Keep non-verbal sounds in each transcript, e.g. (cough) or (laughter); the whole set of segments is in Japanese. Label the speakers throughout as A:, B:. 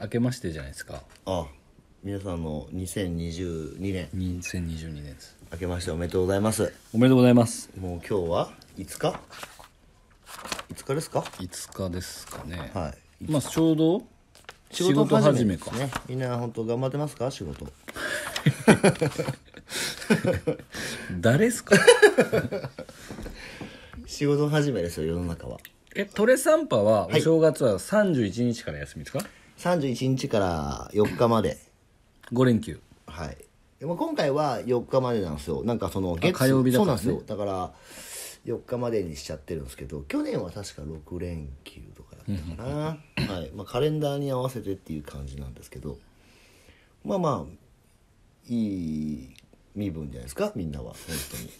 A: 明けましてじゃないですか
B: あ皆さんの2022年
A: 2022年です
B: 明けましておめでとうございます
A: おめでとうございます
B: もう今日は5日5日ですか
A: 5日ですかね
B: はい
A: まあちょうど仕事始め
B: で
A: か
B: すねみんな本当頑張ってますか仕事
A: 誰っすか
B: 仕事始めですよ世の中は
A: えトレサンパはお正月は31日から休みですか、
B: 31日から4日まで
A: 5連休
B: はいでも今回は4日までなんですよなんかその
A: 火曜日だ
B: そ
A: か
B: うなん
A: らね
B: ですよだから4日までにしちゃってるんですけど去年は確か6連休とかだったかな、はいまあ、カレンダーに合わせてっていう感じなんですけどまあまあいい身分じゃないですかみんなは本当に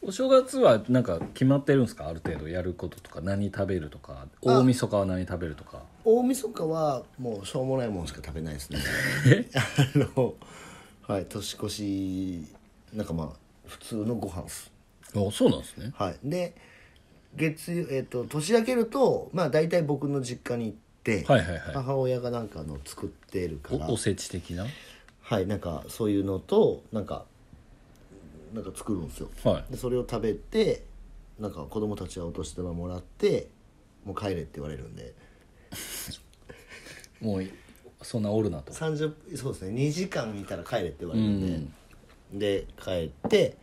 A: お正月はなんか決まってるんですかある程度やることとか何食べるとか大晦日は何食べるとか
B: 大晦日はもうしょうもないもんしか食べないですね (laughs) あのはい年越しなんかまあ普通のご飯っす
A: あそうなんですね
B: はい、で月曜、えっと年明けると、まあ、大体僕の実家に行って、
A: はいはいはい
B: 母親がなんかあの作ってるから
A: おおせち的な
B: はいなんかそういうのとなんかなんか作るんですよ
A: はい
B: でそれを食べてなんか子供たちはお年玉もらってもう帰れって言われるんで
A: もういそんなおるなと
B: 30そうですね2時間見たら帰れって言われるんで、で帰って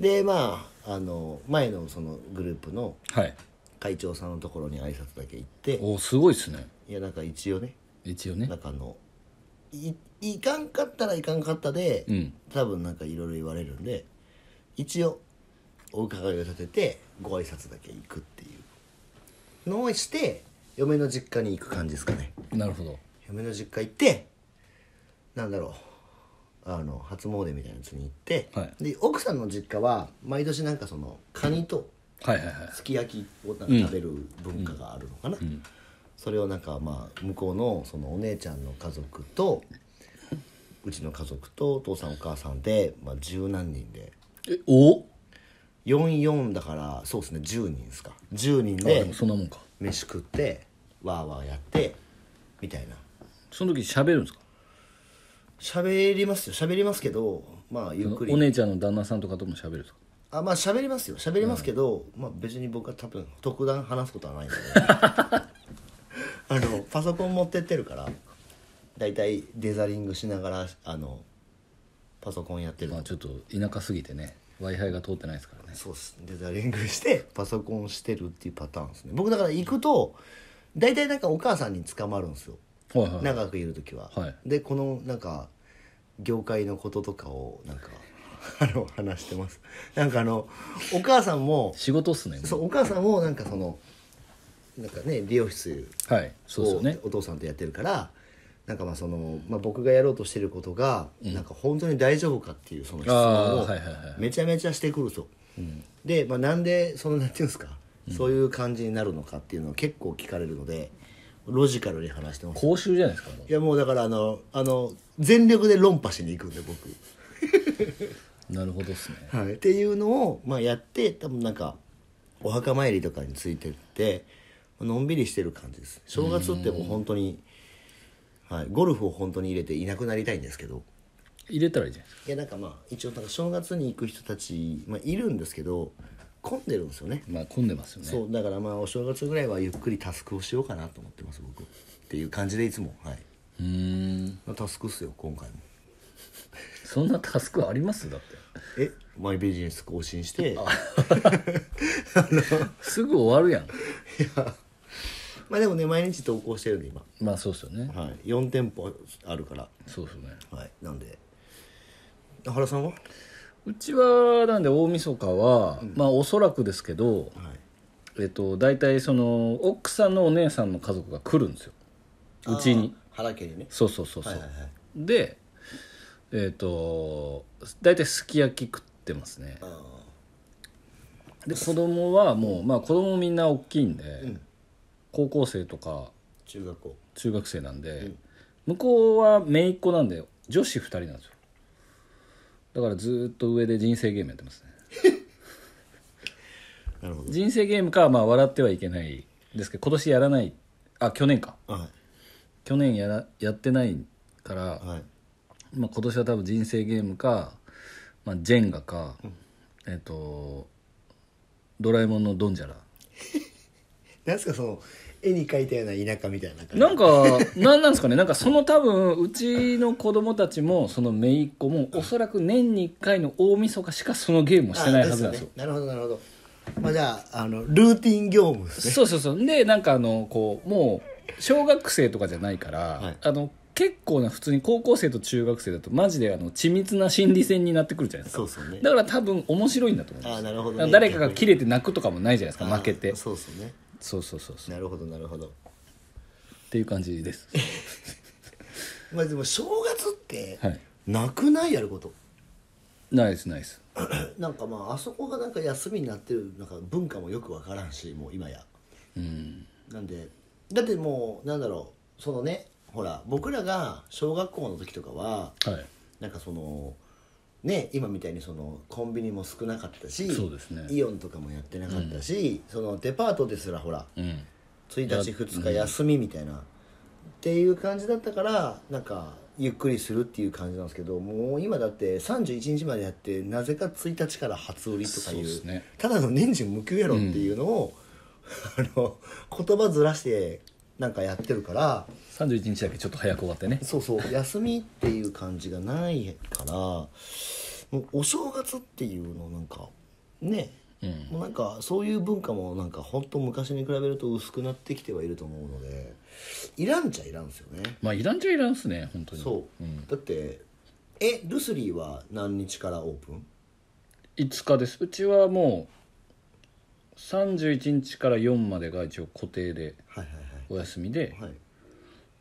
B: でまああの前のそのグループの
A: はい
B: 会長さんのところに挨拶だけ行って
A: おすごいですね
B: いやなんか一応ね
A: 一応ね
B: なんかあのいいかんかったらいかんかったで、
A: うん
B: 多分なんかいろいろ言われるんで一応お伺いを立ててご挨拶だけ行くっていうのをして嫁の実家に行く感じですかね
A: なるほど
B: 嫁の実家行ってなんだろうあの初詣みたいなやつに行って、
A: は
B: で奥さんの実家は毎年なんかそのカニと、
A: はいはいはい
B: すき焼きをなんか食べる文化があるのかな、それをなんかまあ向こうのそのお姉ちゃんの家族とうちの家族とお父さんお母さんで、まあ、十何人で
A: えお
B: 44だからそうですね10人ですか10人
A: あで
B: で
A: もそんなもんか
B: 飯食ってわーわーやってみたいな
A: その時喋るんですか
B: 喋りますよ喋りますけどまあゆっくり
A: お姉ちゃんの旦那さんとかとも喋るんですか
B: あまあ喋りますよ喋りますけど、まあ別に僕は多分特段話すことはな
A: (laughs)
B: いのであのパソコン持ってってるから大体デザリングしながらあのパソコンやってる
A: まあちょっと田舎すぎてね w i f i が通ってないですからね
B: そうっすデザリングしてパソコンしてるっていうパターンですね僕だから行くと大体なんかお母さんに捕まるんですよ
A: はいはい
B: 長くいる時は、
A: はい
B: でこのなんか業界のこととかをなんかあの話してますなんかあのお母さんも
A: 仕事っすねもう
B: そうお母さんもなんかそのなんかね美容室
A: はいそうです
B: を
A: よね
B: お父さんとやってるからなんかまあその、まあ、僕がやろうとしてることが、なんか本当に大丈夫かっていうその質問
A: あー
B: を
A: はいはいはい
B: めちゃめちゃしてくると、で、まあ、なんでそのなんていうんですか、そういう感じになるのかっていうのを結構聞かれるのでロジカルに話してます
A: 講習じゃないですかも
B: いやもうだからあのあの全力で論破しに行くんで僕。
A: うなるほどっすね
B: はい、っていうのを、まあ、やって多分なんかお墓参りとかについてってのんびりしてる感じです正月ってもう本当に、はい、ゴルフを本当に入れていなくなりたいんですけど
A: 入れたらいいじゃないですか
B: いやなんかまあ一応なんか正月に行く人たち、まあ、いるんですけど混んでるんですよね
A: まあ混んでますよね
B: そうだからまあお正月ぐらいはゆっくりタスクをしようかなと思ってます僕っていう感じでいつもはいう
A: ーん
B: タスクっすよ今回も
A: そんなタスクありますだって
B: えマイビジネス更新して
A: すぐ終わるやん
B: まあでもね毎日投稿してるんで今
A: まあそうっすよね
B: はい、4店舗あるから、
A: そうっすよね
B: はい、なんで原さんは、は
A: うちはなんで大晦日は、まあおそらくですけど、えっと、大体その奥さんのお姉さんの家族が来るんですようちに
B: 原家にね
A: そうそうそうそう、
B: はいはいはい
A: でえっと大体すき焼き食ってますね
B: あ
A: で子供はもう、まあ子供みんな大きいんで、
B: ん
A: 高校生とか
B: ー中学校
A: 中学生なんで、向こうは姪っ子なんで女子2人なんですよだからずーっと上で人生ゲームやってますね
B: なるほ
A: 人生ゲームか、まあ、笑ってはいけないですけど今年やらないあ去年か
B: ど、はい、
A: 去年やらやってないから、
B: はい
A: まあ、今年は多分人生ゲームか、まあ、ジェンガか、えっ、とドラえもんのドンジャラ
B: なんすかその絵に描いたような田舎みたいな感じ
A: なん (laughs) かなんなんですかねなんかその多分うちの子供たちもその姪っ子もおそらく年に1回の大晦日しかそのゲームをしてないはずなんですよ
B: あなるほどなるほどまあじゃああのルーティン業務ですね
A: そうそうそうでなんかあのこうもう小学生とかじゃないから、
B: はい
A: あの結構な普通に高校生と中学生だとマジであの緻密な心理戦になってくるじゃないですか
B: うそうね
A: だから多分面白いんだと思います
B: あなるほどね、
A: 誰かが切れて泣くとかもないじゃないです
B: あ
A: か負けて
B: そうそうね
A: そうそうそうそうっ
B: なるほどなるほど
A: ていう感じです
B: まあでも正月って
A: はい
B: なくないやること、
A: ナイスナイス
B: (coughs) なんかまああそこがなんか休みになってるなんか文化もよくわからんしもう今や
A: うん
B: なんでだってもうなんだろうそのねほら僕らが小学校の時とかは
A: はい
B: なんかそのね今みたいにそのコンビニも少なかったし
A: そうですね
B: イオンとかもやってなかったし、そのデパートですらほら
A: うん
B: 1日2日休みみたいな、っていう感じだったからなんかゆっくりするっていう感じなんですけどもう今だって31日までやってなぜか1日から初売りとか
A: そう
B: い
A: で
B: う
A: すね
B: ただの年中無休やろっていうのを、 (laughs) あの言葉ずらしてなんかやってるから
A: 31日だけちょっと早く終わってね
B: そうそう休みっていう感じがないからもうお正月っていうのなんかね
A: うん
B: もうなんかそういう文化もなんか本当昔に比べると薄くなってきてはいると思うのでいらんちゃいらんですよね
A: まあいらんじゃいらんっすね本当に
B: そう、
A: ん、
B: だってえルスリーは何日からオープン
A: 5日ですうちはもう31日から4までが一応固定で
B: はいは
A: お休みで
B: いはいはい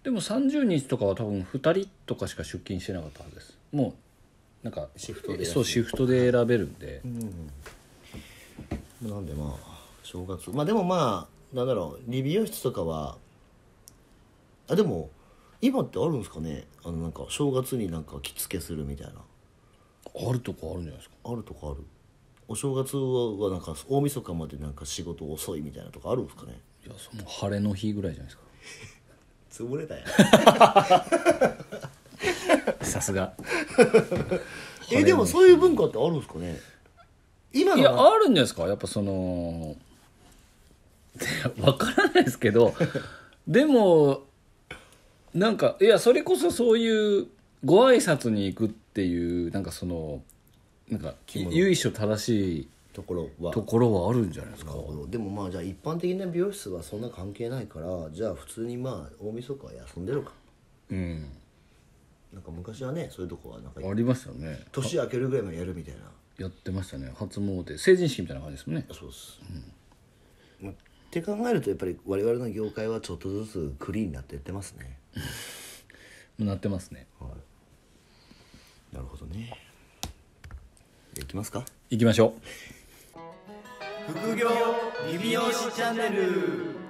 A: でも30日とかは多分2人とかしか出勤してなかったはずですもうなんか
B: シフトで休む
A: そうシフトで選べるんで、
B: なんでまあ正月まあでもまあなんだろう理美容室とかはあでも今ってあるんですかねあのなんか正月になんか着付けするみたいな
A: あるとこあるんじゃないですか
B: あるとかあるお正月はなんか大晦日までなんか仕事遅いみたいなとかあるんですかね
A: いやその晴れの日ぐらいじゃないですか
B: 潰れたやん
A: さすが
B: (laughs) えでもそういう文化ってあるんですかね今
A: い
B: の
A: や
B: は
A: あるんじゃないですかやっぱその (laughs) 分からないですけ (laughs) どでもなんかいやそれこそそういうご挨拶に行くっていうなんかそのなんか由緒正しい
B: ところは
A: ところはあるんじゃないですか
B: なるほどでもまあじゃあ一般的な美容室はそんな関係ないからじゃあ普通にまあ大晦日は休んでるか
A: うん
B: なんか昔はねそういうとこはなんか
A: ありましたよね
B: 年明けるぐらいまでやるみたいな
A: やってましたね初詣成人式みたいな感じですもんね
B: そうです、まあって考えるとやっぱり我々の業界はちょっとずつクリーンになっていってますね
A: なってますね
B: なるほどねいきますか
A: 行きましょう
B: 副業リビオシチャンネル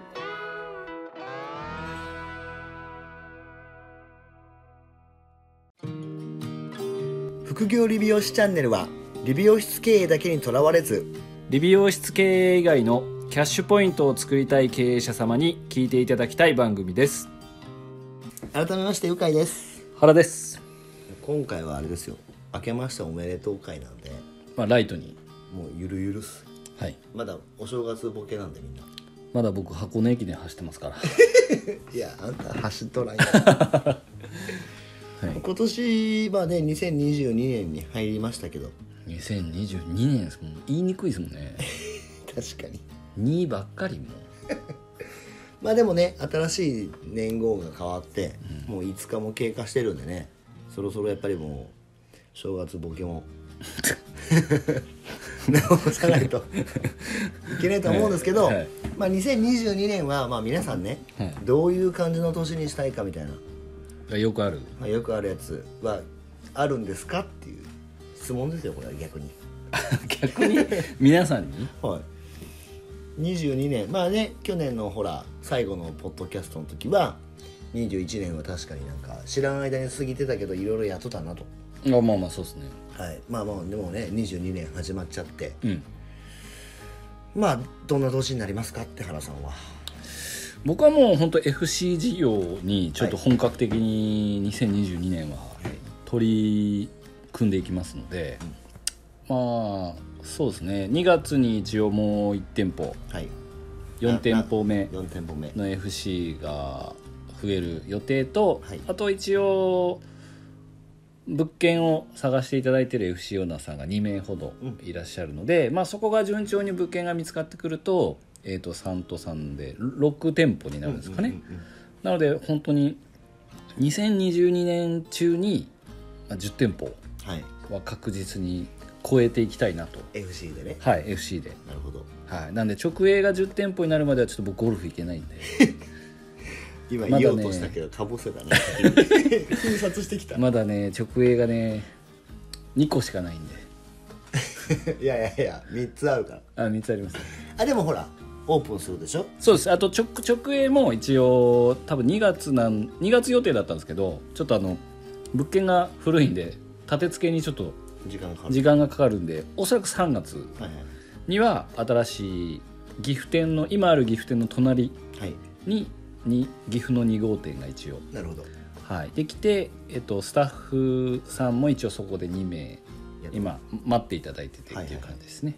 B: 副業理美容師チャンネルは理美容室経営だけにとらわれず
A: 理美容室経営以外のキャッシュポイントを作りたい経営者様に聞いていただきたい番組です
B: 改めましてゆかいです
A: 原です
B: 今回はあれですよ明けましておめでとう会なんで
A: まあ、ライトに、
B: もうゆるゆるっす
A: はい、
B: まだお正月ボケなんでみんな
A: まだ僕箱根駅伝走ってます (laughs) から、
B: いやあんた走っ
A: (laughs)
B: とらんよ
A: はい、
B: 今年はね2022年に入りましたけど
A: 2022年ですもん言いにくいですもん (laughs) ね
B: 確かに
A: 2ばっかりも
B: まあでもね新しい年号が変わって、もう5日も経過してるんでねそろそろやっぱりもう正月ボ
A: (laughs)
B: ケも直さないといけないと思うんですけど、
A: はいはい
B: まあ、2022年はまあ皆さんね、
A: はい
B: どういう感じの年にしたいかみたいな、
A: うよくある
B: まあ、よくあるやつはあるんですかっていう質問ですよこれは逆に。
A: 逆に皆さんに
B: はい、22年まあね去年のほら最後のポッドキャストの時は21年は確かになんか知らん間に過ぎてたけどいろいろやっとったなと、
A: あまあまあそうですね
B: はい、まあまあでもね22年始まっちゃって
A: うん
B: まあどんな年になりますかって原さんは
A: 僕はもう本当 FC 事業にちょっと本格的に2022年は取り組んでいきますので、まあそうですね2月に一応もう1店舗
B: はい
A: 4店舗目
B: 4店舗目
A: の FC が増える予定と、
B: はい
A: あと一応物件を探していただいている FC オーナーさんが2名ほどいらっしゃるので、まあ、そこが順調に物件が見つかってくると,、えー、と3と3で6店舗になるんですかね、
B: うんうんうん
A: なので本当に2022年中にまあ10店舗
B: はい
A: は確実に超えていきたいなと、
B: FC でね
A: はい FC で、
B: なるほど
A: はい、なんで直営が10店舗になるまではちょっと僕ゴルフ行けないんで。
B: 今
A: まだね
B: 言おうとしたけどかぼせた (laughs) ね印刷してきたい
A: まだね直営がね2個しかないんで
B: や (laughs) いやいや3つあるから
A: あ3つあります
B: あでもほらオープンするでしょ
A: そうですあと直直営も一応多分2月なん2月予定だったんですけどちょっとあの物件が古いんで立て付けにちょっと
B: 時間かかる
A: 時間がかかるんでおそらく3月
B: はいはい
A: には新しい岐阜店の今ある岐阜店の隣
B: はい
A: にに岐阜の2号店が一応、
B: なるほど
A: はい、できて、えっと、スタッフさんも一応そこで2名
B: やっ
A: 今待っていただいててっていう感じですね、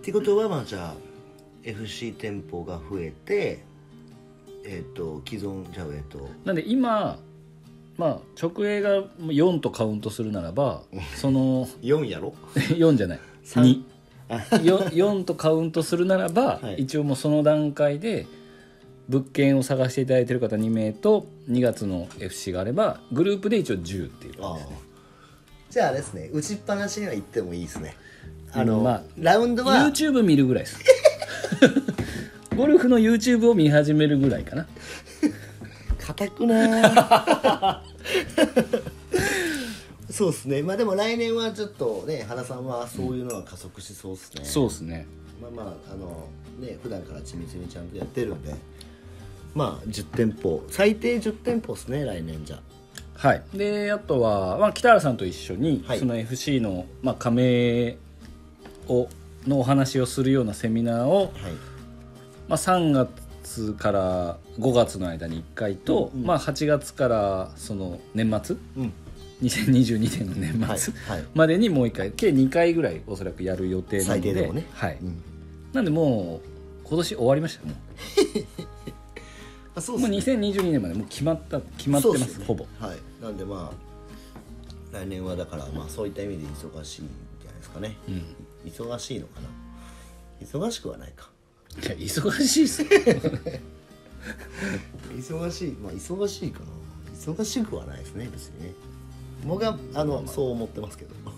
B: ってことはまあじゃあ FC 店舗が増えてえっ、と既存じゃあえっ、と
A: なんで今、まあ、直営が4とカウントするならばその (laughs)
B: 4やろ
A: 4じゃない
B: 三
A: 2 4, とカウントするならば、
B: はい
A: 一応もうその段階で物件を探していただいている方2名と2月の FC があればグループで一応10っていう
B: ああじゃああれですね打ちっぱなしには行ってもいいですねあの、
A: まあ
B: ラウンドは
A: YouTube 見るぐらいですゴルフの YouTube を見始めるぐらいかな
B: 硬くな
A: (laughs)
B: そうですねまあでも来年はちょっとね原さんはそういうのは加速しそうですね、
A: そうですね
B: まあまああのね普段から緻密にちゃんとやってるんでまあ10店舗最低10店舗ですね来年じゃ
A: はい、であとは、まあ、北原さんと一緒に、
B: はい
A: その FC の、まあ、加盟をのお話をするようなセミナーを、
B: はい
A: まあ、3月から5月の間に1回と、まあ、8月からその年末
B: うん
A: 2022年の年末、
B: はいはい
A: までにもう1回計2回ぐらいおそらくやる予定なので
B: 最低でもね
A: はい
B: うん
A: なんでもう今年終わりましたも
B: あそうう
A: もう
B: ね
A: 2022年までもう決まった決まってます
B: そうっね
A: ほぼ
B: はいなんでまあ来年はだからまあそういった意味で忙しいんじゃないですかね、忙しいのかな忙しくはないか
A: いや忙しいっすよ
B: 忙しいまあ忙しいかな忙しくはないですね別にね僕はあの、そう思ってますけど
A: ま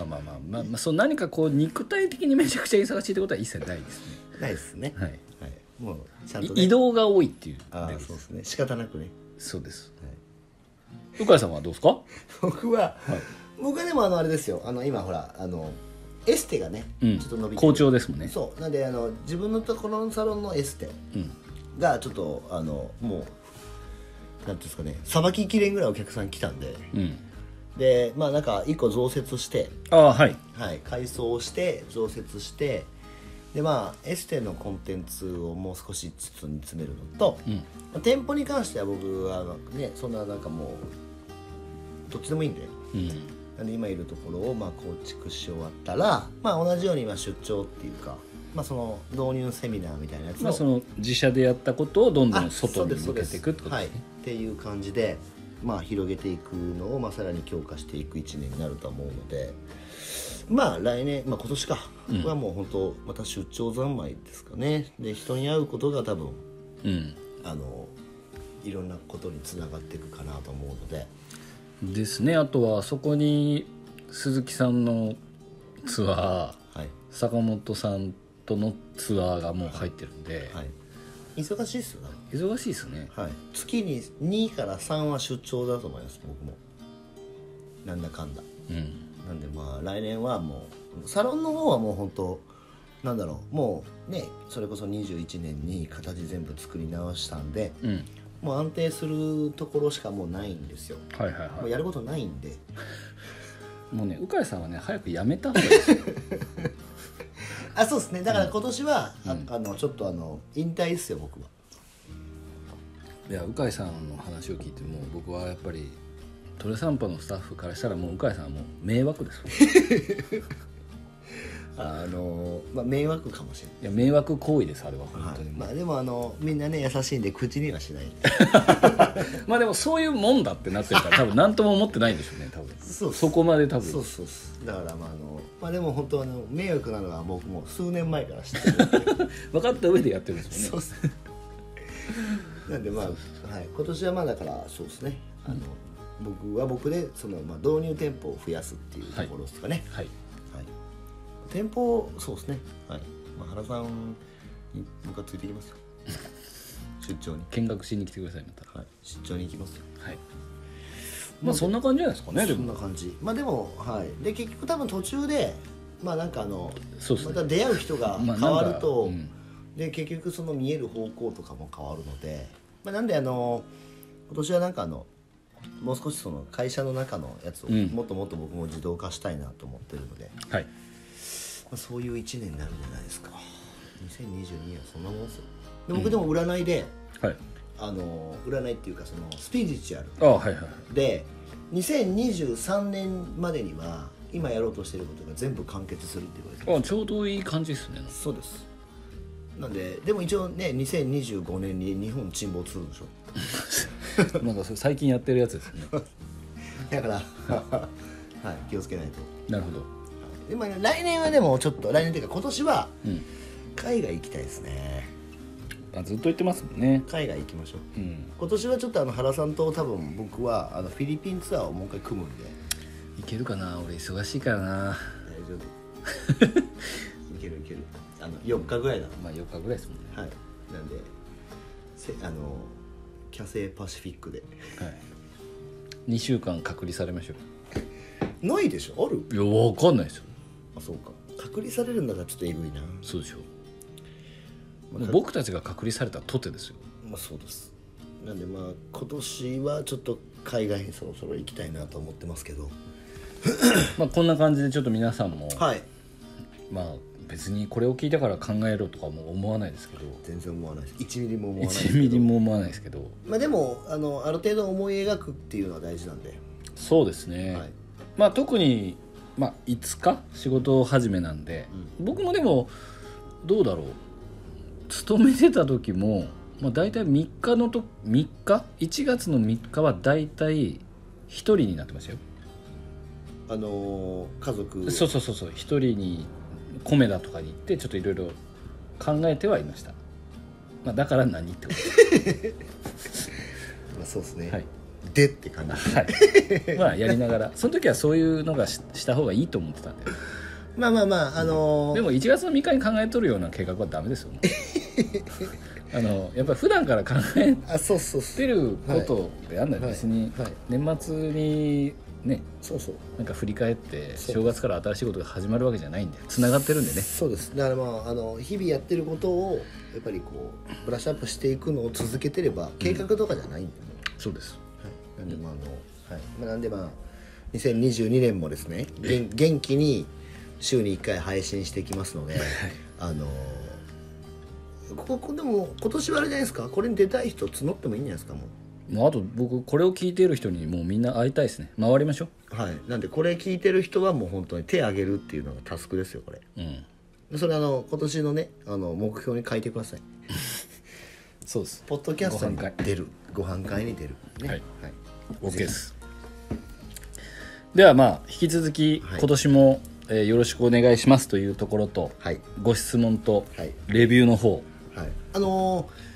A: あまあまあまあ、まあ、そう何かこう肉体的にめちゃくちゃ忙しいってことは一切ないですね、
B: ないですね、
A: はいい
B: もうちゃんと、ね、
A: い移動が多いっていう
B: ああ
A: だけです
B: そうですね仕方なくね、
A: そうです
B: はい、
A: 鵜飼さんはどうですか
B: 僕は、僕はでもあのあれですよあの今ほらあのエステがね、
A: うん
B: ちょっと伸びて
A: 好調ですもんね
B: そうなんであの自分のところのサロンのエステ
A: うん
B: がちょっとあのもうなんていうんですかねさばききれんぐらいお客さん来たんで
A: うん
B: でまあなんか1個増設して
A: ああはい
B: はい改装をして増設してでまあエステのコンテンツをもう少しつつに詰めるのと、
A: うん
B: まあ店舗に関しては僕はあのねそんななんかもうどっちでもいいんで
A: うん
B: なんで今いるところをまあ構築し終わったら、まあ、同じように今出張っていうか、まあ、その導入セミナーみたいなやつを
A: まあその自社でやったことをどんど
B: あ
A: ん外に
B: そ
A: 向
B: うで
A: け
B: す
A: ていくってこと
B: は
A: で
B: い、っ
A: すね
B: ていう感じで、まあ、広げていくのを、まあ、さらに強化していく1年になると思うのでまあ来年、まあ、今年か、これはもう本当また出張三昧ですかねで人に会うことが多分あのいろんなことにつながっていくかなと思うので
A: うんですねあとはそこに鈴木さんのツアー
B: はい、
A: 坂本さんとのツアーがもう入ってるんで、
B: はい、忙しいっすよ多分
A: 忙しいですね
B: はい、月に2から3は出張だと思います僕もなんだかんだ
A: うん
B: なんでまあ来年はもうサロンの方はもう本当なんだろうもうねそれこそ21年に形全部作り直したんで
A: うん
B: もう安定するところしかもうないんですよ
A: はいはいはい
B: もうやることないんで (laughs)
A: もうね鵜飼さんはね早くやめた方がいいですよ
B: あそうですねだから今年は、ああのちょっとあの引退ですよ僕はい
A: や鵜飼さんの話を聞いても僕はやっぱりトレサンパのスタッフからしたらもう鵜飼さんはもう迷惑ですい
B: あの、まあ、迷惑かもしれ
A: や迷惑行為ですあれは
B: な
A: 本
B: い、
A: 当に、
B: まあ、でもあのみんなね優しいんで口にはしない
A: まあでもそういうもんだってなってるから多分何とも思ってないんでしょうね多分
B: そう
A: そこまで多
B: そう
A: 分
B: そうそうだからまああのまあでも本当あの迷惑なのは僕もう数年前から知ってるんで
A: 分かった上でやってるんですよね
B: そうっすなんでまあ、はい、今年はまあだからそうですねあの、僕は僕でその、まあ、導入店舗を増やすっていうところですかね、
A: はい
B: はい、店舗そうですねはい、まあ、原さんに僕はついてき (laughs) ますよ出張に
A: 見学しに来てくださいまた
B: はい出張に行きますよ
A: はいまあそんな感じじゃないですかねで
B: そん
A: も
B: な感じまあでもはいで結局多分途中でまあなんかあの
A: そうっすね
B: また出会う人が
A: まあ
B: 変わると、
A: なんか
B: で結局その見える方向とかも変わるので、まあ、なんであの今年はなんかあのもう少しその会社の中のやつを
A: うん
B: もっともっと僕も自動化したいなと思ってるので、
A: はい
B: まあ、そういう1年になるんじゃないですか2022年はそんなもんですよで僕でも占いで、
A: はい
B: あの占いっていうかそのスピリチュアル
A: ああはいはいはい
B: で2023年までには今やろうとしてることが全部完結するっていうことです
A: ああちょうどいい感じですね
B: そうですなんででも一応ね2025年に日本沈没するんでし (laughs) ょ (laughs)
A: なんかそれ最近やってるやつですね
B: だから (laughs) はい気をつけないと
A: なるほど
B: でもね来年はでもちょっと来年っていうか今年は
A: うん
B: 海外行きたいですね
A: あずっと言ってますもんね
B: 海外行きましょう
A: うん
B: 今年はちょっとあの原さんと多分僕はあのフィリピンツアーをもう一回組むんで
A: いけるかな俺忙しいからな
B: 大丈夫 (laughs) いけるいけるあの4日ぐらいだ
A: まあ4日ぐらいですもんね
B: はい、なんでせあのキャセイパシフィックで (laughs)
A: はい2週間隔離されましょ
B: ないでしょある
A: ういやわかんないですよ
B: あそうか隔離されるんだからちょっとえぐいな、
A: そうでしょ
B: まあ
A: もう僕たちが隔離されたとてですよ
B: まあ、そうですなんでまあ今年はちょっと海外にそろそろ行きたいなと思ってますけど
A: まあこんな感じでちょっと皆さんも
B: はい
A: まあ別にこれを聞いたから考えろとかも思わないですけど
B: 全然思わないです1ミリも思わないです
A: 1
B: け
A: ミ
B: ど
A: リも思わないですけど
B: まあでもあのある程度思い描くっていうのは大事なんで、
A: そうですね、
B: はい
A: まあ特に、まあ、5日仕事始めなんで、僕もでもどうだろう勤めてた時も、まあ、大体3日のと3日1月の3日は大体一人になってましたよ
B: あのー家族
A: そうそうそうそう一人に米田とかに行ってちょっといろいろ考えてはいました、まあ、だから何ってことです
B: まあ、そうですね、
A: はい
B: でって感じ
A: はい (laughs) まあやりながらその時はそういうのがしした方がいいと思ってたんで
B: まあまあまああのー
A: でも1月の3日に考えとるような計画はダメですよ、
B: (laughs)
A: ね、あのやっぱり普段から考え
B: あそうそうそう
A: てることであんだよ、
B: はい
A: 別に
B: はい
A: 年末にね
B: そうそう
A: なんか振り返って
B: そう
A: 正月から新しいことが始まるわけじゃないんでつながってるんでね
B: そうですだからまああの日々やってることをやっぱりこうブラッシュアップしていくのを続けてれば計画とかじゃないんだよね、
A: そうです
B: はい、なんでまああの、はいまあ、なんでまあ2022年もですね元元気に週に1回配信していきますので、あのここでも今年はあれじゃないですかこれに出たい人募ってもいいんじゃないですかも
A: もうあと僕これを聞いている人にもうみんな会いたいですね回りましょ
B: うはいなんでこれ聞いてる人はもう本当に手挙げるっていうのがタスクですよこれ
A: ううん
B: それあの今年のねあの目標に書いてください
A: そうです
B: ポッドキャストに
A: ご飯
B: 出るご飯会に出る、ね
A: はい
B: はい
A: OK ですではまあ引き続き
B: はい
A: 今年も、えーよろしくお願いしますというところと、
B: はい
A: ご質問と
B: はい
A: レビューの方
B: はいあのー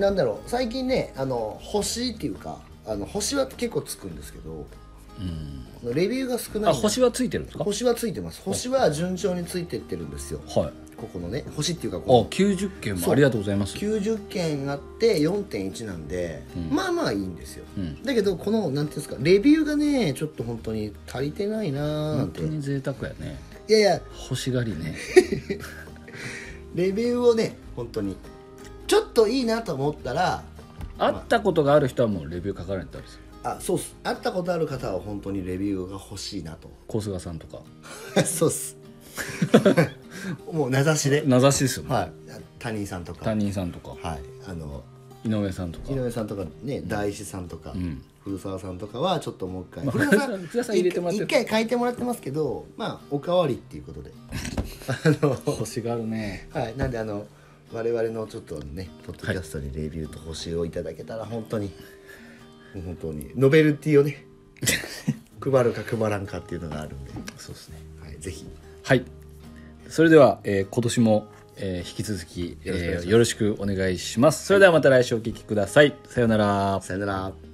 B: なんだろう最近ねあの星っていうかあの星は結構つくんですけどレビューが少ない
A: あ星はついてるんですか
B: 星はついてます星は順調についてってるんですよ
A: はい
B: ここのね星っていうか
A: あ
B: こ
A: 九90件
B: そ
A: も
B: う
A: ありがとうございます
B: う90件あって4.1なんで、まあまあいいんですよ、
A: ん
B: だけどこのなんていうんですかレビューがねちょっと本当に足りてないなーなん
A: 本
B: て
A: 当に贅沢やね
B: いやいや
A: 欲しがりね
B: レビューをね本当にちょっといいなと思ったら
A: 会ったことがある人はもうレビュー書かれてたんですよ
B: あそうっす会ったことある方は (laughs) 本当にレビューが欲しいなと
A: 小菅さんとか
B: そうっす (laughs) もう名指しで、
A: 名指しですよね、
B: はい、谷井さんとか、
A: 担任さんとか
B: はい、あの
A: 井上さんとか
B: 井上さんとかね大師さんとか、
A: ん
B: 古澤さんとかはちょっともう一回、
A: まあ
B: 古澤さん
A: (laughs) 古澤さん入れてもらってる
B: 一回変えてもらってますけどまあおかわりっていうことであの
A: 星があるね
B: はい、なんであの我々のちょっとねポッドキャストにレビューと星をいただけたら本当に、もう本当にノベルティ
A: (laughs)
B: をね配るか配らんかっていうのがあるんで、
A: そうですね
B: はい、ぜひ
A: はいそれでは、えー今年も、えー引き続き、
B: よろしくお願い
A: え
B: します
A: ーよろしくお願いしますそれではまた来週お聞きください、さようなら
B: さよなら。